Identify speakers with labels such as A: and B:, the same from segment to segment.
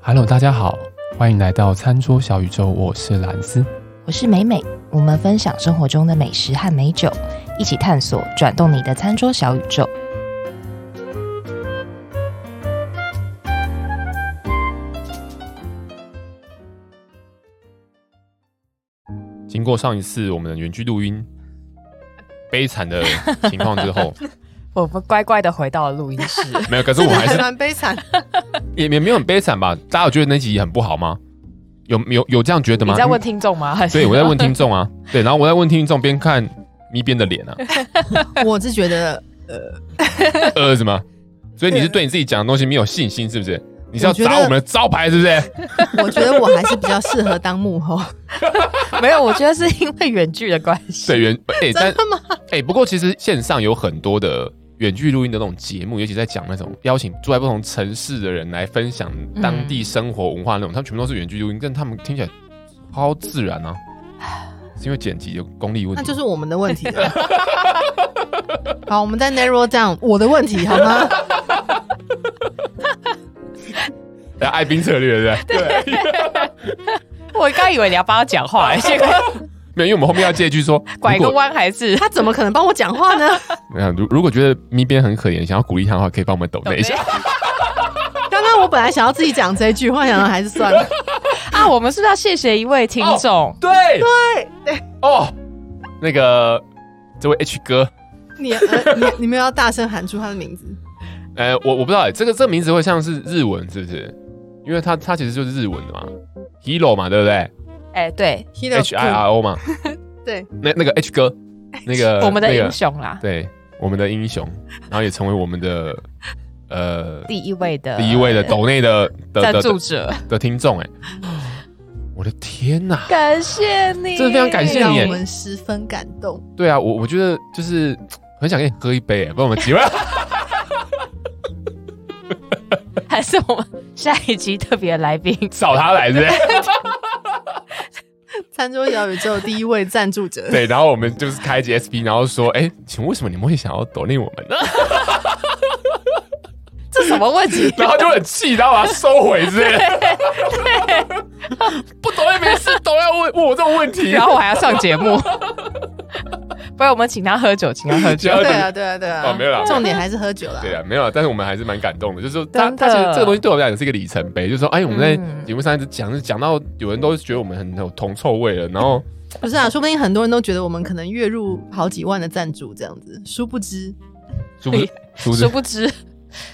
A: Hello，大家好，欢迎来到餐桌小宇宙，我是蓝斯。
B: 我是美美，我们分享生活中的美食和美酒，一起探索转动你的餐桌小宇宙。
A: 经过上一次我们的远距录音悲惨的情况之 后，
B: 我们乖乖的回到了录音 室，
A: 没有，可是我还
C: 还
A: 是
C: 蛮悲惨，
A: 也也没有很悲惨吧？大家有觉得那集很不好吗？有有有这样觉得
B: 你
A: 吗？嗯
B: 在问听众吗？还是
A: 对，我在问听众啊，对，然后我在问听众，边看咪边的脸啊，
C: 我是觉得，
A: 呃，什么？所以你是对你自己讲的东西没有信心，是不是？你是要
C: 我觉得
A: 砸我们的招牌，是不是？
C: 我觉得我还是比较适合当幕后。
B: 没有，我觉得是因为远距的关系。
A: 对，远哎、但哎、不过其实线上有很多的远距录音的那种节目，尤其在讲那种邀请住在不同城市的人来分享当地生活文化那种，他们全部都是远距录音，但他们听起来超自然啊，是因为剪辑的功力问
C: 那
A: 题。
C: 就是我们的问题了。 好，我们再 narrow down 我的问题好吗？
A: 哎爱兵策略对不对？对，
B: 我刚以为你要帮他讲话，结果
A: 没有，因为我们后面要接一句说，
B: 拐
A: 如
B: 个
A: 果
B: 弯还是
C: 他怎么可能帮我讲话呢？
A: 没有如如果觉得咪边很可怜，想要鼓励他的话，可以帮我们抖那一下。
C: 刚刚我本来想要自己讲这一句，后来想想还是算了。
B: 啊！我们是不是要谢谢一位听众？
A: 对对哦，那个这位 H 哥，
C: 你呃你你们要大声喊出他的名字。
A: 呃，我我不知道欸，这个这个名字会像是日文是不是？因为它它其实就是日文的嘛，Hero 嘛，对不对
B: 哎，对，
C: Hiro
A: ？H I R O 嘛，
C: 对，
A: 那那个 H 哥，那个
B: 我们的
A: 呃那个
B: 英雄啦，
A: 对，我们的英雄，然后也成为我们的呃
B: 第一位的
A: 第一呃位的抖内的的
B: 呃赞
A: 的
B: 助
A: 的
B: 者，
A: 的听众，哎，我的天呐！
B: 感谢你，
A: 真的非常感谢
C: 让
A: 你
C: 我们十分感动。
A: 对啊，我我觉得就是很想跟你喝一杯，哎，不然我们几位
B: 还是我们下一集特别来宾，
A: 找他来，是不是？
C: 餐桌小宇宙第一位赞助者，
A: 对，然后我们就是开启 SP，然后说，哎，请问为什么你们会想要抖内我们呢？
B: 这什么问题？
A: 然后就很气，然后把它收回之类的。不懂也没事，懂要问问我这种问题。
B: 然后我还要上节目。 不然我们请他喝酒，请他喝 酒。
A: 然后
C: 对啊，对啊，对
A: 哦
C: 啊，
A: 没有啦
C: 重点还是喝酒啦。
A: 对啊，没有啊，但是我们还是蛮感动的，就是说他
B: 真
A: 他
B: 的
A: 其实这个东西对我们来讲是一个里程碑，就是说，哎，我们在
B: 嗯
A: 节目上一直讲，是讲到有人都觉得我们很有铜臭味了，然后
C: 不是啊，说不定很多人都觉得我们可能月入好几万的赞助这样子，殊不知
A: 是不是？是不是
B: 哎殊？不知，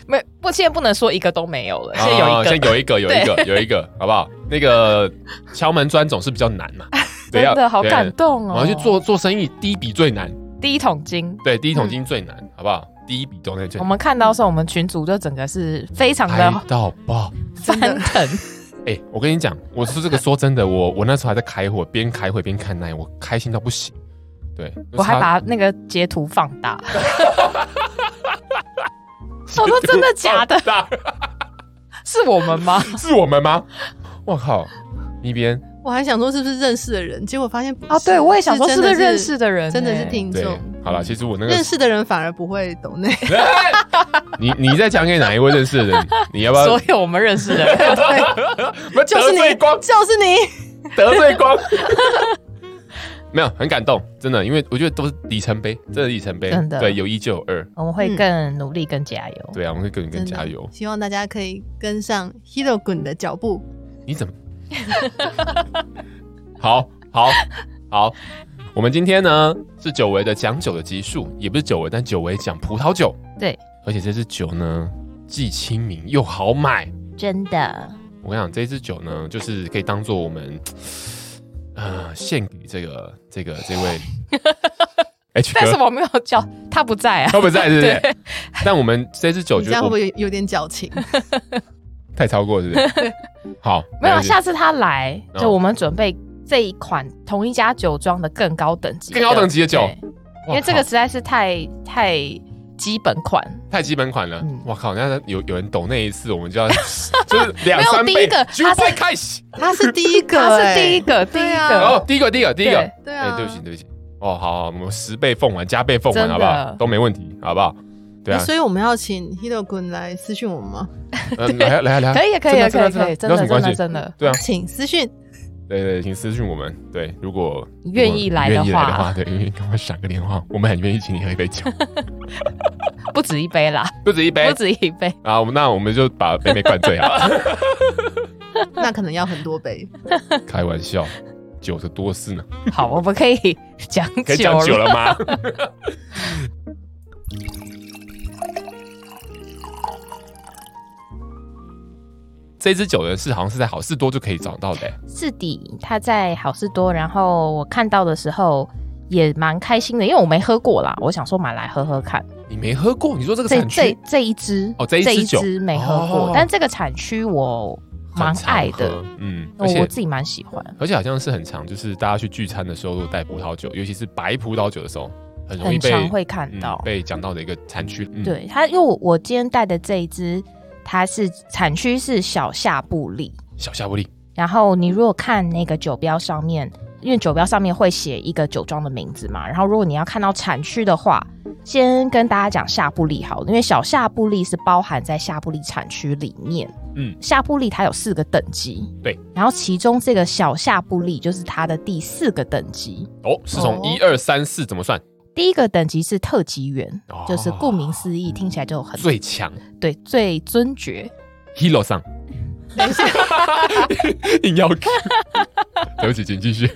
B: 没不，现在不能说一个都没有了，现在有
A: 啊
B: 一个，
A: 现在有一个，有一个，有一个，好不好？那个敲门砖总是比较难 嘛，对
B: 真
A: 要
B: 的好
A: 对
B: 感动
A: 我
B: 哦。
A: 要去做做生意，第一笔最难，
B: 第一桶金。
A: 对，第一桶金最难，好不好？第一笔都在最
B: 我
A: 难，
B: 们看到的时候，我们群组就整个是非常
A: 嗨
B: 的
A: 到爆。
B: 翻腾，
A: 哎、我跟你讲，我是这个说真的，我我那时候还在开会，边开会边看那，我开心到不行。对，
B: 我还
A: 差
B: 把那个截图放大。 我说真的假的？
A: 大
B: 是我们吗？
A: 是我们吗？我靠，一边
C: 我还想说是不是认识的人，结果发现不是
B: 啊，对，我也想说，是不是
C: 真的
B: 认识的人呢？欸
C: 真的是听
A: 对
C: 众，，
A: 好了，其实我那个
C: 认识的人反而不会懂内。
A: 你你在讲给哪一位认识的人？你要不要
B: 所有我们认识的人。
A: 不
C: 就是
A: 得罪
C: 你，
A: 光
C: 就是你，
A: 得罪光？ 没有，很感动，真的，因为我觉得都是里程碑，真的里程碑，
B: 真的
A: 对，有一就有二，
B: 我们会
C: 嗯
B: 更努力、更加油。
A: 对啊，我们会更更
C: 真的
A: 加油。
C: 希望大家可以跟上 Hero 滚的脚步。
A: 你怎么？ 好好好，我们今天呢是久违的讲酒的集数，也不是久违，但久违讲葡萄酒。
B: 对，
A: 而且这支酒呢既亲民又好买。
B: 真的，
A: 我跟你讲，这支酒呢就是可以当做我们呃献给这个这个这 位 H
B: 但是
A: 哥。哦
B: 我没有叫他不在啊。
A: 他不在，对不对？ 但我们这支酒
C: 你
A: 觉
C: 这样
A: 得我
C: 会不会有有点 矫情？
A: 太超过， 是不是？好，
B: 没有，啊
A: 关系
B: 下次他来，
A: 哦
B: 就我们准备这一款同一家酒庄的更高等级的、
A: 更高等级的酒
B: 对，因为这个
A: 哇
B: 实在是太太基本款，
A: 靠太基本款了
B: 嗯。
A: 我靠，人家有有人抖那一次，我们 就要就是两
B: 没有
A: 三
B: 第
A: 倍
B: 一个，
A: 就
B: 他是
A: 快开始。
C: 他是第一个、 哎
B: 他是第一个，
C: 个，
B: 第一
C: 对啊
B: 个，
A: 哦，第一个，第一个，第一个。
B: 呃对
C: 对
A: 哎
C: 啊，，
A: 对不起，对不起。哦，好，好我们十倍奉还，加倍奉还，
B: 真的
A: 好不好？都没问题，好不好？对啊
C: 那，所以我们要请 Hiro 君来私讯我们吗？
A: 嗯，来啊来啊来啊，
B: 可以啊可以啊可
A: 真
B: 以
A: 的
B: 啊可以，
A: 真
B: 真
A: 的
B: 的
A: 真的没
B: 真的
A: 有什么
B: 真的，
A: 对啊，
C: 请私讯。
A: 对对，请私讯我们。对，如果
B: 愿意
A: 如果
B: 来
A: 哦愿
B: 的
A: 意来
B: 话
A: 的话，对，愿意跟我闪个电话，我们很愿意请你喝一杯酒，
B: 不止一杯 啦，
A: 不止一杯
B: 不止一杯。
A: 啊。我们那我们就把北美灌醉好了，
B: 嗯
C: 那可能要很多杯。
A: 开玩笑，酒的多是呢，
B: 好，我们可以讲
A: 可以
B: 久
A: 讲
B: 了
A: 酒了 吗？这支酒的是好像是在好事多就可以找到的、欸
B: 是的，他在好事多，然后我看到的时候也蛮开心的，因为我没喝过啦，我想说买来喝喝看。
A: 你没喝过？你说这个
B: 这
A: 产
B: 这
A: 区
B: 这一支
A: 哦这一支
B: 一
A: 酒
B: 支没喝过，
A: 哦
B: 但这个产区我蛮
A: 很常
B: 爱的
A: 喝，，嗯，
B: 我
A: 而且
B: 我自己蛮喜欢，
A: 而且好像是很常，就是大家去聚餐的时候，如果带葡萄酒，尤其是白葡萄酒的时候，很容易
B: 很
A: 被
B: 常会看
A: 嗯
B: 到。
A: 被讲到的一个产区。嗯，
B: 对它，因为我我今天带的这一支，它是产区是小夏布利，
A: 小夏布利，
B: 然后你如果看那个酒标上面，因为酒标上面会写一个酒庄的名字嘛，然后如果你要看到产区的话，先跟大家讲夏布利好了，因为小夏布利是包含在夏布利产区里面。
A: 嗯，
B: 夏布利它有四个等级，
A: 对，
B: 然后其中这个小夏布利就是它的第四个等级。
A: 哦，是从
C: 哦
A: 一二三四怎么算？
B: 第一个等级是特级园，
A: 哦
B: 就是顾名思义，听起来就很
A: 最强
B: 对最尊爵。
A: Hero 上，硬要 Q，对不起，请继续。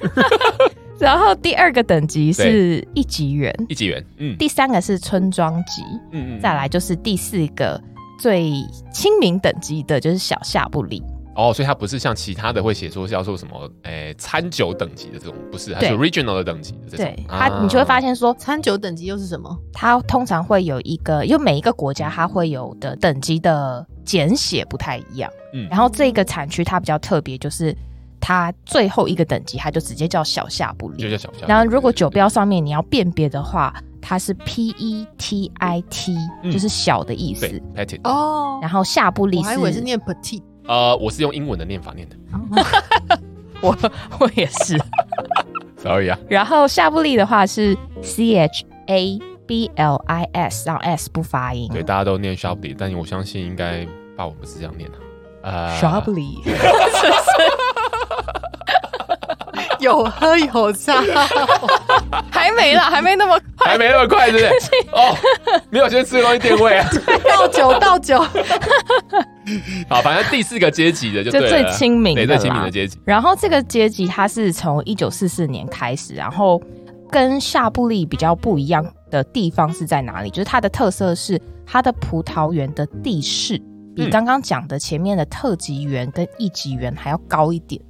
B: 然后第二个等级是一级园，
A: 一级园，嗯
B: 第三个是村庄级，
A: 嗯嗯，
B: 再来就是第四个最亲民等级的，就是小夏布里。
A: 哦，所以它不是像其他的会写说叫做什么，诶、餐酒等级的这种，不是，它是
B: 对
A: regional 的等级的这种啊
B: 对。它，你就会发现说，
C: 餐酒等级又是什么？
B: 它通常会有一个，因为每一个国家它会有的等级的简写不太一样。
A: 嗯
B: 然后这个产区它比较特别，就是它最后一个等级，它就直接叫小夏布
A: 就
B: 里。
A: 叫小夏布利。
B: 然后如果酒
A: 对
B: 标上面你要辨别的话，它是 P E T I T，、
A: 嗯
B: 就是小的意思
A: 对。对 petit，
C: 哦，
B: 然后夏布里
C: 我
B: 是，
C: 还以为是念 petit，
A: 呃，我是用英文的念法念的
B: 我我也是。
A: ，sorry 啊。
B: 然后夏布利的话是 C H A B L I S，然后 S 不发音。
A: 对，大家都念 Shably，但我相信应该法文不是这样念的、呃
B: s h a b l y
C: 有喝有 炸。
B: 还没 啦，还没那么快。
A: 还没那么快， 对不对？哦，没有先吃东西垫位啊。
C: 倒酒倒酒，
A: 好，反正第四个阶级的就
B: 就
A: 对了
B: 最亲民的
A: 对
B: 啦
A: 最亲民的阶级。
B: 然后这个阶级它是从一九四四年开始，然后跟夏布利比较不一样的地方是在哪里？就是它的特色是它的葡萄园的地势比
A: 嗯
B: 刚刚讲的前面的特级园跟一级园还要高一点，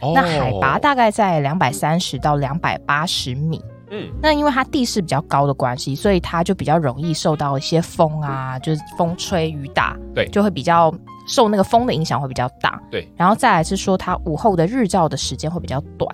A: 哦
B: 那海拔，大概在两百三十到两百八十米。
A: 嗯，
B: 那因为它地势比较高的关系，所以它就比较容易受到一些风啊，就是风吹雨打，
A: 对
B: 就会比较受那个风的影响会比较大。
A: 对，
B: 然后再来是说它午后的日照的时间会比较短，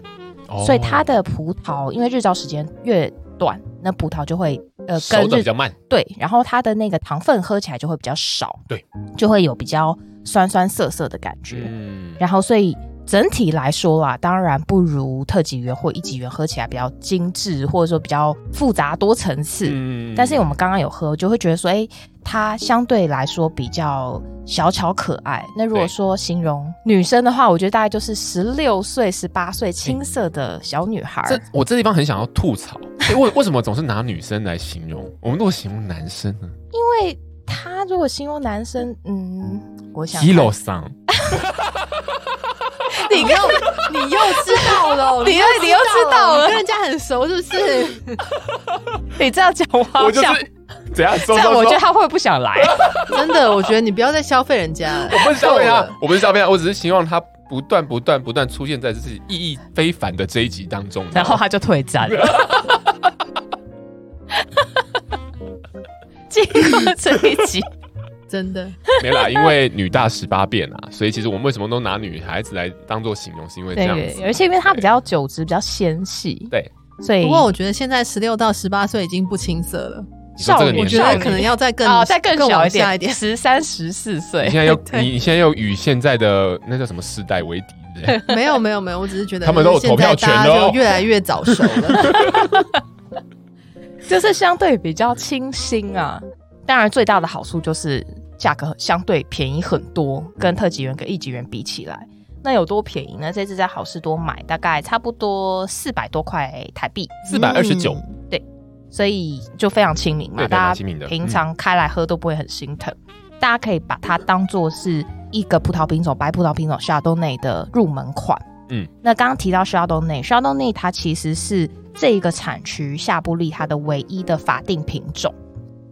A: 哦
B: 所以它的葡萄因为日照时间越短，那葡萄就会呃
A: 熟
B: 跟
A: 的比
B: 日
A: 较慢，
B: 对，然后它的那个糖分喝起来就会比较少，
A: 对，
B: 就会有比较酸酸涩涩的感觉。
A: 嗯，
B: 然后所以整体来说啦，当然不如特级园或一级园喝起来比较精致，或者说比较复杂多层次。
A: 嗯
B: 但是我们刚刚有喝，就会觉得说，哎，它相对来说比较小巧可爱。那如果
A: 对
B: 说形容女生的话，我觉得大概就是十六岁、十八岁青涩的小女孩。
A: 这我这地方很想要吐槽，诶为为什么总是拿女生来形容？ 我们如果形容男生啊呢
B: 因为她如果形容男生，嗯，我想看
A: ？Hero 上，
C: 你又你又知道 了，
B: 你又你又知道了
C: 你跟人家很熟是不是？
B: 你这样讲，我好想，
A: 怎样？
B: 这
A: 这
B: 样我觉得她会不会不想来？
C: 真的，我觉得你不要再消费人家了。
A: 我不是消费
C: 够
A: 他
C: 了，
A: 我不是消费他，我只是希望他不断、不断、不断出现在自己意义非凡的这一集当中。啊
B: 然后他就退战了。 进入这一集，
C: 真的，
A: 没啦，因为女大十八变啊，所以其实我们为什么都拿女孩子来当做形容，是因为这样子
B: 对，。而且因为它比较酒质比较纤细，
A: 对，
B: 所以
C: 不过我觉得现在十六到十八岁已经不青涩了，
A: 你说这个
B: 少女
C: 我
A: 年
C: 觉
A: 代
C: 得可能要啊再更
B: 哦，再更小
C: 往
B: 一
C: 下
B: 点，
C: 一 点。
B: 十三、十四
A: 你
B: 岁
A: 现。在又
C: 对
A: 你你现在又与现在的那叫什么时代为敌，对不对
C: 没有没有没有，我只是觉得
A: 他们都有投票权的哦
C: 现在大家就越来越 早熟了。
B: 就是相对比较清新啊。当然，最大的好处就是价格相对便宜很多，跟特级园跟一级园比起来，那有多便宜呢？这次在好事多买，大概差不多四百多块台币，
A: 四百二十九，
B: 嗯
C: 嗯
B: 所以就非常亲民嘛，
A: 对，
B: 大
A: 蛮
B: 家
A: 亲民的。
B: 平常开来喝都不会很心疼。大家可以把它当做是一个葡萄品种，白葡萄品种 Chardonnay 的入门款。
A: 嗯，
B: 那刚刚提到 Chardonnay，Chardonnay 它其实是这一个产区夏布利它的唯一的法定品种。
A: 嗯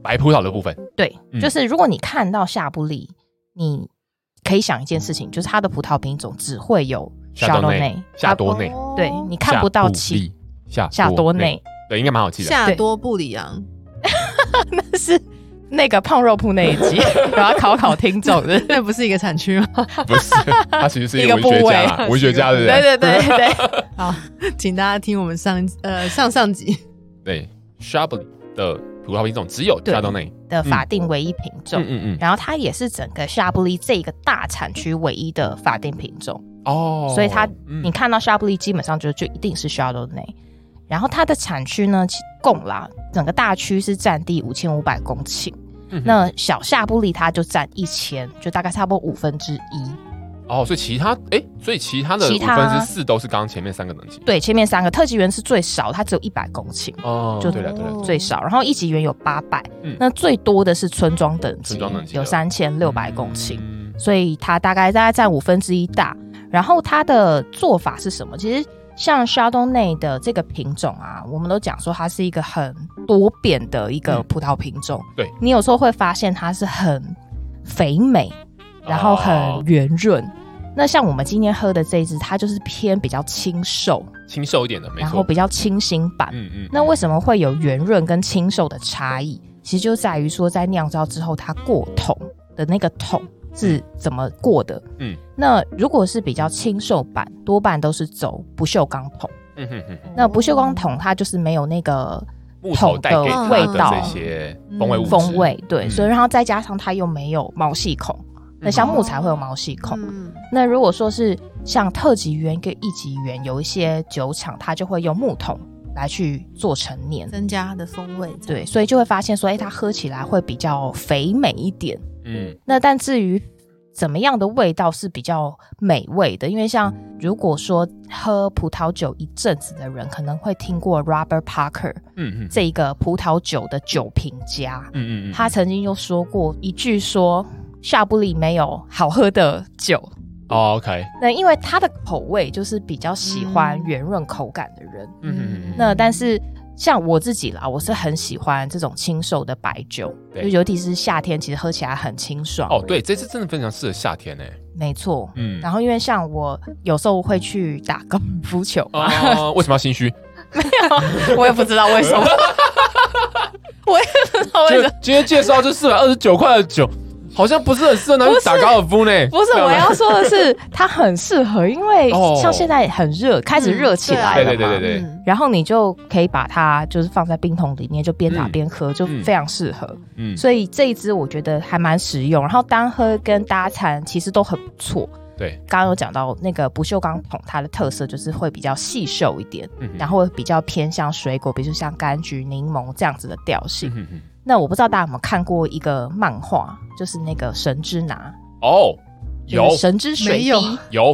A: 白葡萄的部分，
B: 对，
A: 嗯
B: 就是如果你看到夏布利，你可以想一件事情，就是它的葡萄品种只会有
A: Chardonnay
B: Chardonnay，
A: 夏多内，
C: 哦
B: 对你啊看不到其
A: 夏
B: 夏
A: 多
B: 多内，
A: 对，应该蛮好记的。
C: 夏多布里昂，
B: 那是那个胖肉铺那一 集，我要考考听众的。
C: 那不是一个产区吗？
A: 不 是，他其实是一
B: 一
A: 个
B: 个
A: 文学
B: 部
A: 家
B: 位啊
A: 啦，文学家对不
B: 对
A: 对？
B: 对对对，
C: 好，请大家听我们上一呃上上集，
A: 对 s h a b l y 的葡萄品种只有
B: 对
A: 夏多内，
B: 的法定唯一品种。
A: 嗯嗯嗯，
B: 然后它也是整个夏布利这一个大产区唯一的法定品种，
A: 哦，
B: 所以它
A: 嗯
B: 你看到夏布利基本上就就一定是 Chardonnay。然后它的产区呢，其贡啦，整个大区是占地五千五百公顷，
A: 嗯哼
B: 那小夏布利它就占一千，就大概差不多五分之一。
A: 哦，所以其他哎，所以其他的五
B: 其他
A: 分之四都是刚刚前面三个等级。
B: 对，前面三个特级园是最少，它只有一百公顷。
A: 哦，
B: 就
A: 对了对了，
B: 最少，然后一级园有八百、
A: 嗯
B: 那最多的是村庄等级，
A: 村庄等级
B: 有
A: 的
B: 三千六百公顷。
A: 嗯
B: 所以它大概大概占五分之一大。然后它的做法是什么？其实像 Chardonnay 的这个品种啊，我们都讲说它是一个很多变的一个
A: 嗯
B: 葡萄品种。
A: 对
B: 你有时候会发现它是很肥美，然后
A: 哦
B: 很圆润。那像我们今天喝的这一支，它就是偏比较清瘦，
A: 清瘦一点的，没
B: 然后
A: 错。
B: 比较清新版。
A: 嗯嗯，
B: 那为什么会有圆润跟清瘦的差异？其实就在于说，在酿造之后，它过桶的那个桶是怎么过的。
A: 嗯，
B: 那如果是比较清瘦版，多半都是走不锈钢桶。
A: 嗯哼哼哼，
B: 那不锈钢桶它就是没有那个
A: 木头带给它
C: 味
A: 的
C: 道
A: 这些风味物质
B: 嗯风味，对，
A: 嗯
B: 所以然后再加上它又没有毛细孔。那像木材会有毛细孔，
C: 嗯，
B: 那如果说是像特级园跟一级园，有一些酒厂它就会用木桶来去做陈年，
C: 增加它的风味。这样，
B: 对，所以就会发现说，哎、它喝起来会比较肥美一点。
A: 嗯，
B: 那但至于怎么样的味道是比较美味的，因为像如果说喝葡萄酒一阵子的人，可能会听过 Robert Parker
A: 嗯嗯，
B: 这一个葡萄酒的酒评家，
A: 嗯嗯嗯，
B: 他曾经就说过一句说。夏布利没有好喝的酒，
A: 哦 OK，
B: 那因为他的口味就是比较喜欢
C: 嗯
B: 圆润口感的人。
A: 嗯嗯嗯嗯，
B: 那但是像我自己啦，我是很喜欢这种清瘦的白酒，
A: 对
B: 就尤其是夏天，其实喝起来很清爽。
A: 哦，对，这次真的非常适合夏天欸诶，
B: 没错。
A: 嗯，，
B: 然后因为像我有时候会去打高尔夫球
A: 哦，为什么要心虚？
B: 我也不知道为什么， 我也不知道为
A: 就
B: 什么。
A: 今天介绍这四百二十九块的酒，好像不是很适合拿去打高尔夫呢。
B: 不是
A: 对啊
B: 我要说的是，它很适合，因为
A: 哦
B: 像现在很热，开始热起来
A: 对
B: 了嘛。
A: 啊对对对对
C: 嗯
B: 然后你就可以把它就是放在冰桶里面，就边打
A: 嗯
B: 边喝，就
A: 嗯
B: 非常适合。
A: 嗯，
B: 所以这一支我觉得还蛮实用，然后单喝跟搭餐其实都很不错。
A: 对，
B: 刚刚有讲到那个不锈钢桶，它的特色就是会比较细瘦一点，
A: 嗯哼
B: 然后会比较偏向水果，比如像柑橘、柠檬这样子的调性。
A: 嗯哼哼
B: 那我不知道大家有没有看过一个漫画，就是那个《神之拿》，
A: 哦，
B: 就
A: 有
B: 是神之水
C: 没
B: 滴
C: 有，
A: 有，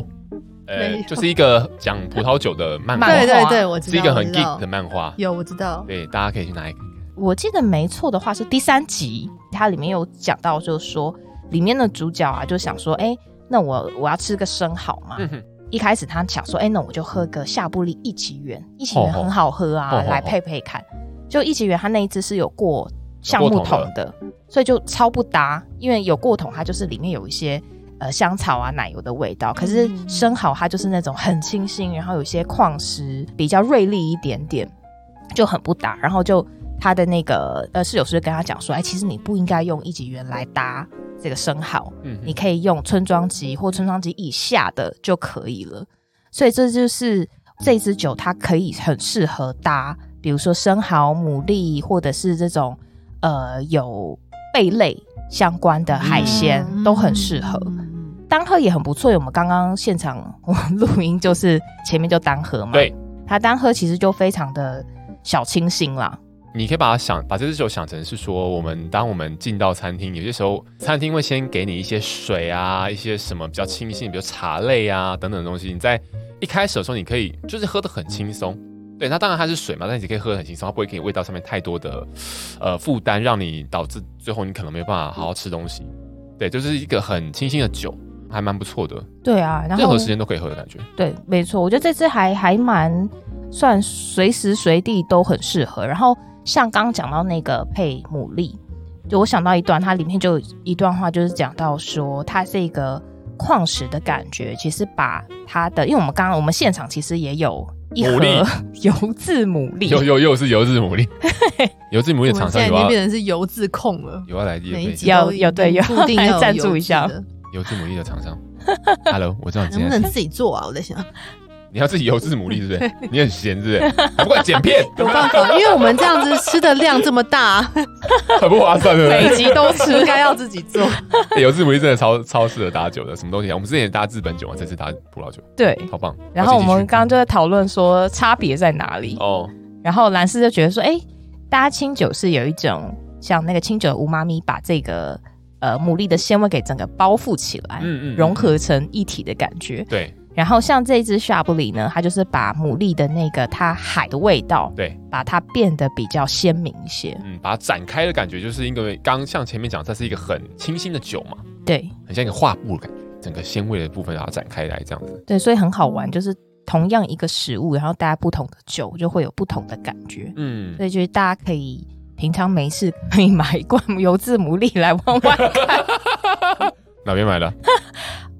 A: 呃
C: 没，有
A: 就是一个讲葡萄酒的漫画，
B: 漫
C: 对
B: 画
C: 对对，我知道，
A: 是一个很
C: 我知
A: geek
C: 道
A: 的漫画，
C: 有我知道，
A: 对，大家可以去拿一个。
B: 我记得没错的话是第三集，它里面有讲到，就是说里面的主角啊，就想说，哎、那我我要吃个生蚝嘛，
A: 嗯哼，
B: 一开始他想说，哎、那我就喝个夏布利一级园，一级园
A: 哦哦
B: 很好喝啊，
A: 哦哦哦
B: 来配配看。就一级园，它那一只是有过橡木
A: 有过桶
B: 桶的，所以就超不搭，因为有过桶它就是里面有一些呃香草啊、奶油的味道，可是
C: 嗯
B: 生蚝它就是那种很清新，然后有一些矿石比较锐利一点点，就很不搭。然后就他的那个呃室友是跟他讲说，哎、其实你不应该用一级园来搭这个生蚝，
A: 嗯哼
B: 你可以用村庄级或村庄级以下的就可以了。所以这就是这支酒，它可以很适合搭，比如说生蚝、牡蛎，或者是这种呃有贝类相关的海鲜、
C: 嗯
B: 都很适合。
C: 嗯嗯
B: 单喝也很不错，因为我们刚刚现场我们录音就是前面就单喝嘛，
A: 对，
B: 它单喝其实就非常的小清新啦。
A: 你可以把它想，把这支酒想成是说，我们当我们进到餐厅，有些时候餐厅会先给你一些水啊，一些什么比较清新，比如茶类啊等等的东西。你在一开始的时候，你可以就是喝得很轻松。对，那当然它是水嘛，但你可以喝得很轻松，它不会给你味道上面太多的呃负担，让你导致最后你可能没有办法好好吃东西。对，就是一个很清新的酒，还蛮不错的，
B: 对啊，然
A: 任
B: 后
A: 何时间都可以喝的感觉。
B: 对，没错，我觉得这支还还蛮算随时随地都很适合。然后像刚刚讲到那个配牡蛎，就我想到一段，它里面就有一段话，就是讲到说它这个矿石的感觉，其实把它的，因为我们刚刚我们现场其实也有一
A: 牡
B: 盒
A: 蛎
B: 油渍牡
A: 又
B: 蛎，
A: 又又是油渍牡蛎，油渍牡蛎
C: 我
A: 的
C: 们
A: 厂
C: 现在
A: 商
C: 已
A: 有啊
C: 经
A: 要
C: 变成是油渍控了。
A: 有要来夜
C: 每
A: 配
C: 一集
A: 的
B: 要
C: 都
B: 要对要
C: 固定
B: 来
C: 要有
B: 赞
C: 油
B: 助一
C: 脂
B: 下
C: 的
A: 油渍牡蛎的厂商。Hello，我知道你今
C: 能不
A: 天
C: 能自己做啊？我 在想，
A: 你要自己油渍牡蛎是不是？你很闲是不是？还不快剪 片，
C: 有办法，因为我们这样子吃的量这么大，啊
A: 很不划算对不
C: 每
A: 对
C: 一集都吃，应该要自己做。
A: 欸？油渍牡蛎真的超超适合打酒的，什么东西啊？我们之前也搭日本酒嘛，这次搭葡萄酒，
B: 对。
A: 好棒。
B: 然后我
A: 好请
B: 们
A: 继续
B: 刚刚就在讨论说差别在哪里，
A: 哦，
B: 然后蓝斯就觉得说，哎、大家清酒是有一种像那个清酒的无妈咪把这个呃牡蛎的鲜味给整个包覆起来，
A: 嗯嗯嗯
B: 融合成一体的感觉。
A: 对
B: 然后像这一支夏布里呢，它就是把牡蛎的那个它海的味道，
A: 对，
B: 把它变得比较鲜明一些。
A: 嗯，把它展开的感觉，就是因为刚像前面讲，它是一个很清新的酒嘛，
B: 对
A: 很像一个画布的感觉，整个鲜味的部分把它展开来这样子。
B: 对，所以很好玩，就是同样一个食物，然后搭不同的酒，就会有不同的感觉。
A: 嗯，
B: 所以就是大家可以平常没事可以买一罐 油渍牡蛎来玩玩
A: 哪边买的？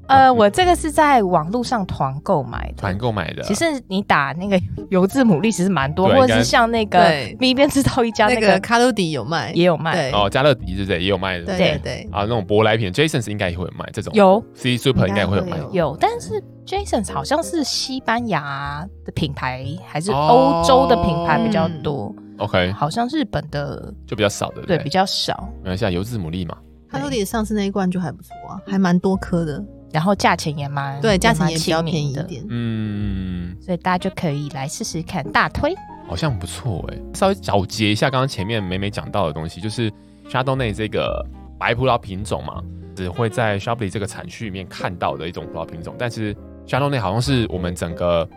B: 呃，我这个是在网络上团购买的。
A: 团购买的。
B: 其实你打那个 油渍牡蛎，其实蛮多，
A: 对
B: 或者
A: 应该
B: 是像那个
C: 对
B: 咪边知道一家
C: 那
B: 那
C: 个
B: 个
C: 卡路迪有卖，
B: 也有卖，
C: 对
A: 哦，家乐迪对不对？也有卖的，
C: 对
A: 不
C: 对
B: 对
C: 对，
A: 啊，那种舶来品，Jasons 应该也会有卖这种。
B: 有
A: C Super 应
C: 应
A: 该
C: 该
A: 也会有
C: 会
A: 卖。
C: 有
B: 有，但是 Jasons 好像是西班牙的品牌，还是
A: 哦
B: 欧洲的品牌比较
C: 嗯
B: 多，
A: OK，
B: 好像日本的
A: 就比较少的，
B: 对
A: 不
B: 比较少，
A: 没关系啊，油渍牡蛎嘛，
C: 卡路迪上次那一罐就还不错啊，还蛮多颗的，
B: 然后价钱也蛮
C: 对，价钱也
B: 蛮
C: 比较
B: 亲民
C: 便宜一
B: 的，
C: 点。
A: 嗯，
B: 所以大家就可以来试试看，大推
A: 好像不错哎。稍微小结一下刚刚前面美美讲到的东西，就是 Chardonnay 这个白葡萄品种嘛，只会在 s h a b l y 这个产区里面看到的一种葡萄品种，但是 Chardonnay 好像是我们整个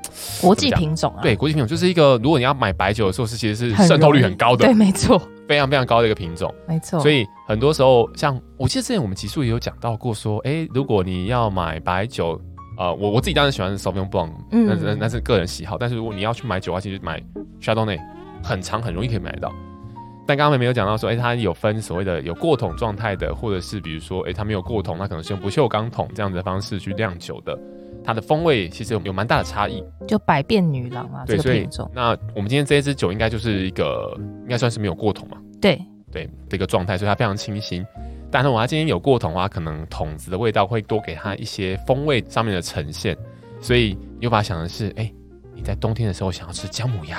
B: 国际
A: 怎么讲
B: 品种啊，
A: 对国际品种，就是一个如果你要买白酒的时候，是其实是
B: 很容易，
A: 渗透率很高的
B: 对，，没错，
A: 非常非常高的一个品种。
B: 没错，
A: 所以很多时候，像我记得之前我们集数也有讲到过，说，哎，如果你要买白酒，呃，我我自己当然喜欢 Sauvignon Blanc，
B: 嗯
A: 那那那是个人喜好。但是如果你要去买酒的话，其实买 Chardonnay 很长，很容易可以买得到。但刚刚没有讲到说，哎，它有分所谓的有过桶状态的，或者是比如说，哎，它没有过桶，它可能是用不锈钢桶这样子的方式去酿酒的，它的风味其实有有蛮大的差异。
B: 就百变女郎啊，这
A: 对，
B: 个
A: 所以
B: 品种，
A: 那我们今天这一支酒应该就是一个，应该算是没有过桶嘛。
B: 对。
A: 对这个状态，所以它非常清新。但是我它今天有过桶的啊话，可能桶子的味道会多给它一些风味上面的呈现。所以你就把它想的是，哎、你在冬天的时候想要吃姜母鸭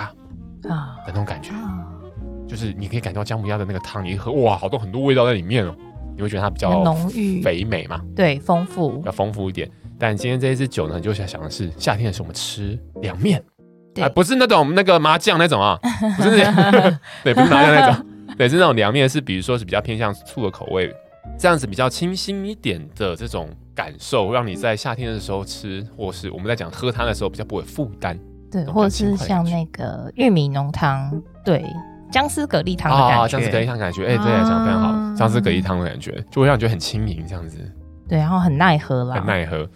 B: 啊
A: 的，那种感觉，
C: 啊
B: 嗯
A: 就是你可以感觉到姜母鸭的那个汤，你一喝，哇，好多很多味道在里面哦，你会觉得它比较
B: 浓郁，
A: 肥美嘛，
B: 对，丰富
A: 比较，丰富一点。但今天这一支酒呢，你就想想的是夏天的时候我们吃凉面，
B: 对
A: 哎不是那种那个麻酱那种啊，不是那 种，对，不是麻酱那种，对，是那种凉面，是比如说是比较偏向醋的口味，这样子比较清新一点的这种感受，让你在夏天的时候吃，或是我们在讲喝它的时候比较不会负担
B: 对，
A: 种
B: 或者
A: 感情
B: 是
A: 快
B: 像
A: 感
B: 那个玉米浓汤，对，姜丝蛤蜊汤的感觉，
A: 姜丝蛤蜊汤的感觉，哎、对，讲得非常
C: 啊
A: 好，姜丝蛤蜊汤的感觉，就会让你觉得很轻盈，这样子
B: 对，然后很耐喝啦，
A: 很耐喝，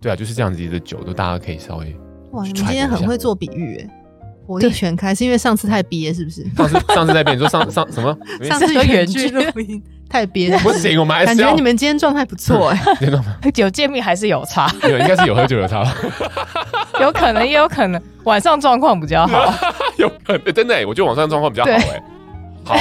A: 对啊，就是这样子的酒，就大家可以稍微。
C: 哇，你
A: 去
C: 们
A: 揣
C: 今
A: 摩
C: 天
A: 一
C: 很
A: 下
C: 会做比喻诶，火力全开是因为上次太憋是不是？
A: 上次上次在变，你说 上上什么？
C: 上
B: 次
C: 次
B: 有
C: 远
B: 远
C: 距
B: 距
C: 录音太憋了，
A: 不行，我们还
C: 感
A: 是
C: 觉
A: 要
C: 你们今天状态不错哎，
A: 你懂吗？
B: 有见面还是有差，
A: 有应该是有喝酒有差 吧，
B: 有可能也有可能晚上状况比较
A: 啊
B: 好，
A: 有可能真的欸，我觉得网上状况比较好
B: 对
A: 哎。好，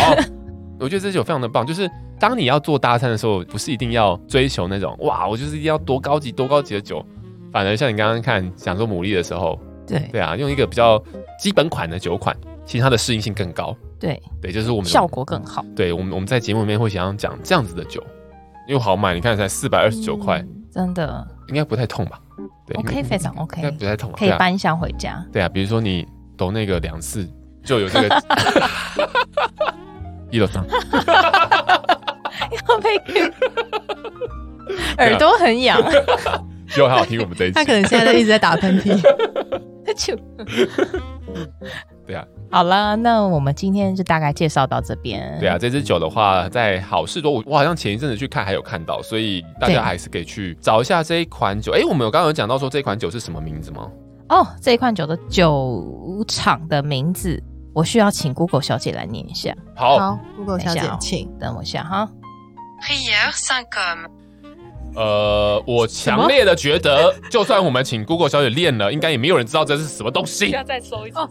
A: 我觉得这酒非常的棒，就是当你要做大餐的时候，不是一定要追求那种哇，我就是一定要多高级多高级的酒，反而像你刚刚看讲说牡蛎的时候，
B: 对
A: 对啊，用一个比较基本款的酒款，其实它的适应性更高。
B: 对，
A: 对，就是我们
B: 效果更好，
A: 对我们我们在节目里面会想要讲这样子的酒，又好买，你看才四百二十九块，
B: 真的
A: 应该不太痛吧？对
B: OK，
A: 应该
B: 非常
A: 应
B: OK，
A: 该不太痛吧，
B: 可以
A: 对啊
B: 搬一箱回家，
A: 对啊，比如说你抖那个两次，就有这个， 一楼上，
B: 要被 Q
A: 啊
B: 耳朵很痒，
A: 希望他有听我们 这一集
C: 他。可能现在一直在打喷嚏。
B: 就
A: 对啊，
B: 好了。那我们今天就大概介绍到这边。
A: 对啊，，这支酒的话，在好事多，我我好像前一阵子去看还有看到，所以大
C: 对
A: 家还是可以去找一下这一款酒。哎，我们有刚刚有讲到说这款酒是什么名字吗？
B: 哦，这一款酒的酒厂的名字，我需要请 Google 小姐来念一下。
A: 好，
C: 好，Google 小
B: 等一
C: 姐
B: 下哦，
C: 请。
B: 等我一下哈。
D: Prière Saint-Côme.
A: 呃，我强烈的觉得， 就算我们请 Google 小姐练了，应该也没有人知道这是什么东西。
E: 再搜一次。
D: 哦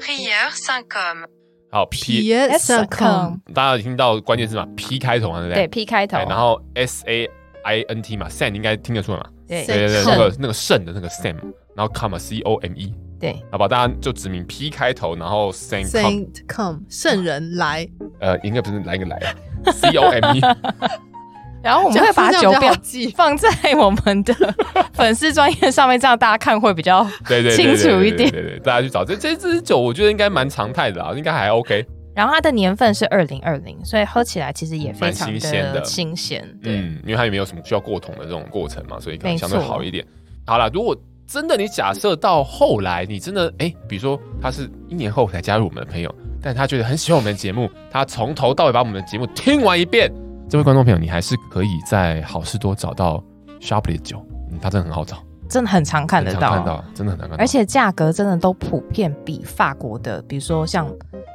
D: Prière Saint-Côme.
A: 好，P，
C: Pierre
B: S
C: s c o
A: 大家有听到关键字嘛？P 开头嘛，对不
B: 嗯对
A: 对？
B: ，P 开头，
A: 哎然后 S A I N T 嘛，San 应该听得出来嘛？
B: 对
A: 对对对，
C: Sam
A: 那个那个肾的那个 Sam，然后 comma C O M E，
B: 对
A: 好吧，大家就指明 P 开头，然后 Sam com
C: Saint come 圣人来，
A: 呃，应该不是来一个来 啊 C O M E，
B: 然后我
C: 我
B: 们会把酒标
C: 记。
B: 放在我 们的粉丝专业上面，这样大家看会比较
A: 对对对，
B: 清楚
A: 对
B: 一
A: 对
B: 点。
A: 对对，对大家去找这这支酒，我觉得应该蛮常态的啊，应该还 OK。
B: 然后它的年份是二零二零，所以喝起来其实也非常
A: 蛮新鲜
B: 的
A: 的
B: 新鲜。对，
A: 嗯，因为它也没有什么需要过桶的这种过程嘛，所以可能
B: 没
A: 相对
B: 错
A: 好一点。好啦，如果真的你假设到后来，你真的哎、比如说他是一年后才加入我们的朋友，但他觉得很喜欢我们的节目，他从头到尾把我们的节目听完一遍，这位观众朋友，你还是可以在好事多找到 Sharply 的酒，嗯，它真的很好找，
B: 真的很常看
A: 很
B: 得
A: 常
B: 到，
A: 看到，真的很难看到，
B: 而且价格真的都普遍比法国的，比如说像，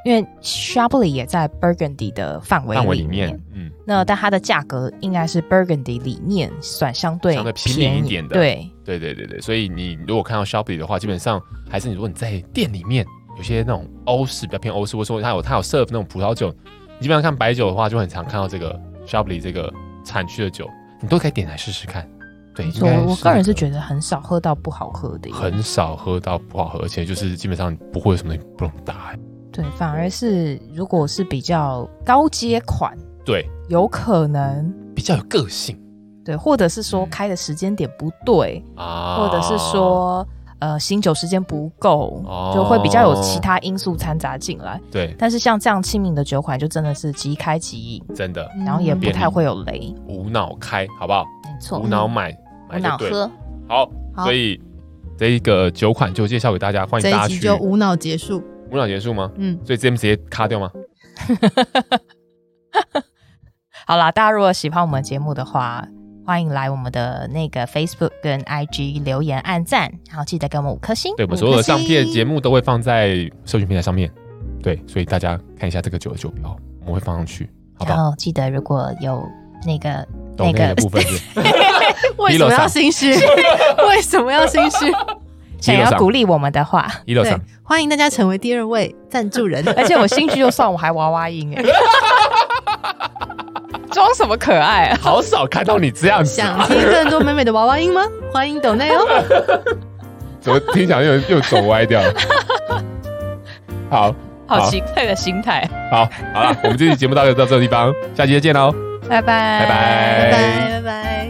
B: 因为 Chablis 也在 Burgundy 的范围
A: 范围
B: 里
A: 里面，嗯，
B: 那但它的价格应该是 Burgundy 里面算相对
A: 相对
B: 便宜
A: 便宜一点的
B: 对，
A: 对对对对，所以你如果看到 Shopee 的话，基本上还是你如果你在店里面有些那种欧式比较偏欧式，或者说它有它有 serve 那种葡萄酒，你基本上看白酒的话，就很常看到这个 Shopee 这个产区的酒，你都可以点来试试看。对，应
B: 我
A: 该
B: 我个人是觉
A: 得
B: 得很少喝到不好喝的耶，
A: 很少喝到不好喝，而且就是基本上不会有什么东西不能打、欸。
B: 对，反而是如果是比较高阶款，
A: 对，
B: 有可能
A: 比较有个性
B: 对，或者是说
A: 嗯
B: 开的时间点不对，
A: 啊，
B: 或者是说呃醒酒时间不够，
A: 哦
B: 就会比较有其他因素掺杂进来。
A: 啊对，
B: 但是像这样亲民的酒款，就真的是即开即饮，
A: 真的
B: 然后也不
A: 便
B: 太
A: 利
B: 会有雷，
A: 无脑开，好不好？
B: 没错
A: 无脑买，
B: 无
A: 买
C: 嗯
A: 就
B: 脑
A: 对了
B: 喝。
A: 好，
C: 好
A: 所以这一个酒款就介绍给大家，欢迎
C: 这
A: 大家
C: 一集
A: 去。
C: 就无脑结束。
A: 无脑结束吗？
C: 嗯，
A: 所以这边直接卡掉吗？
B: 好啦，大家如果喜欢我们节目的话，欢迎来我们的那个 Facebook 跟 IG 留言、按赞，然后记得给我们五颗星。嗯
A: 对，我们所有的上片节目都会放在社群平台上面。对，所以大家看一下这个酒的酒标，我们会放上去，好不
B: 然
A: 好？
B: 后记得如果有那个
A: 懂
B: 那
A: 那的
B: 个
A: 部分是
C: 为什么要心 虚？为什么要心虚？
B: 想要鼓励我们的话，
A: 一六
C: 对
A: 三，，
C: 欢迎大家成为第二位赞助人。
B: 而且我心虚就算，我还娃娃音哎， 装什么可爱啊？
A: 好少看到你这样子，
C: 想听更多美美的娃娃音吗？欢迎抖内哦。
A: 怎么听起来又又走歪掉 了？好
B: 好奇怪的心态，
A: 好好 了，我们这期节目到这到这个地方，下期再见哦喽，
B: 拜拜拜
A: 拜拜
C: 拜拜拜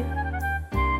C: 拜。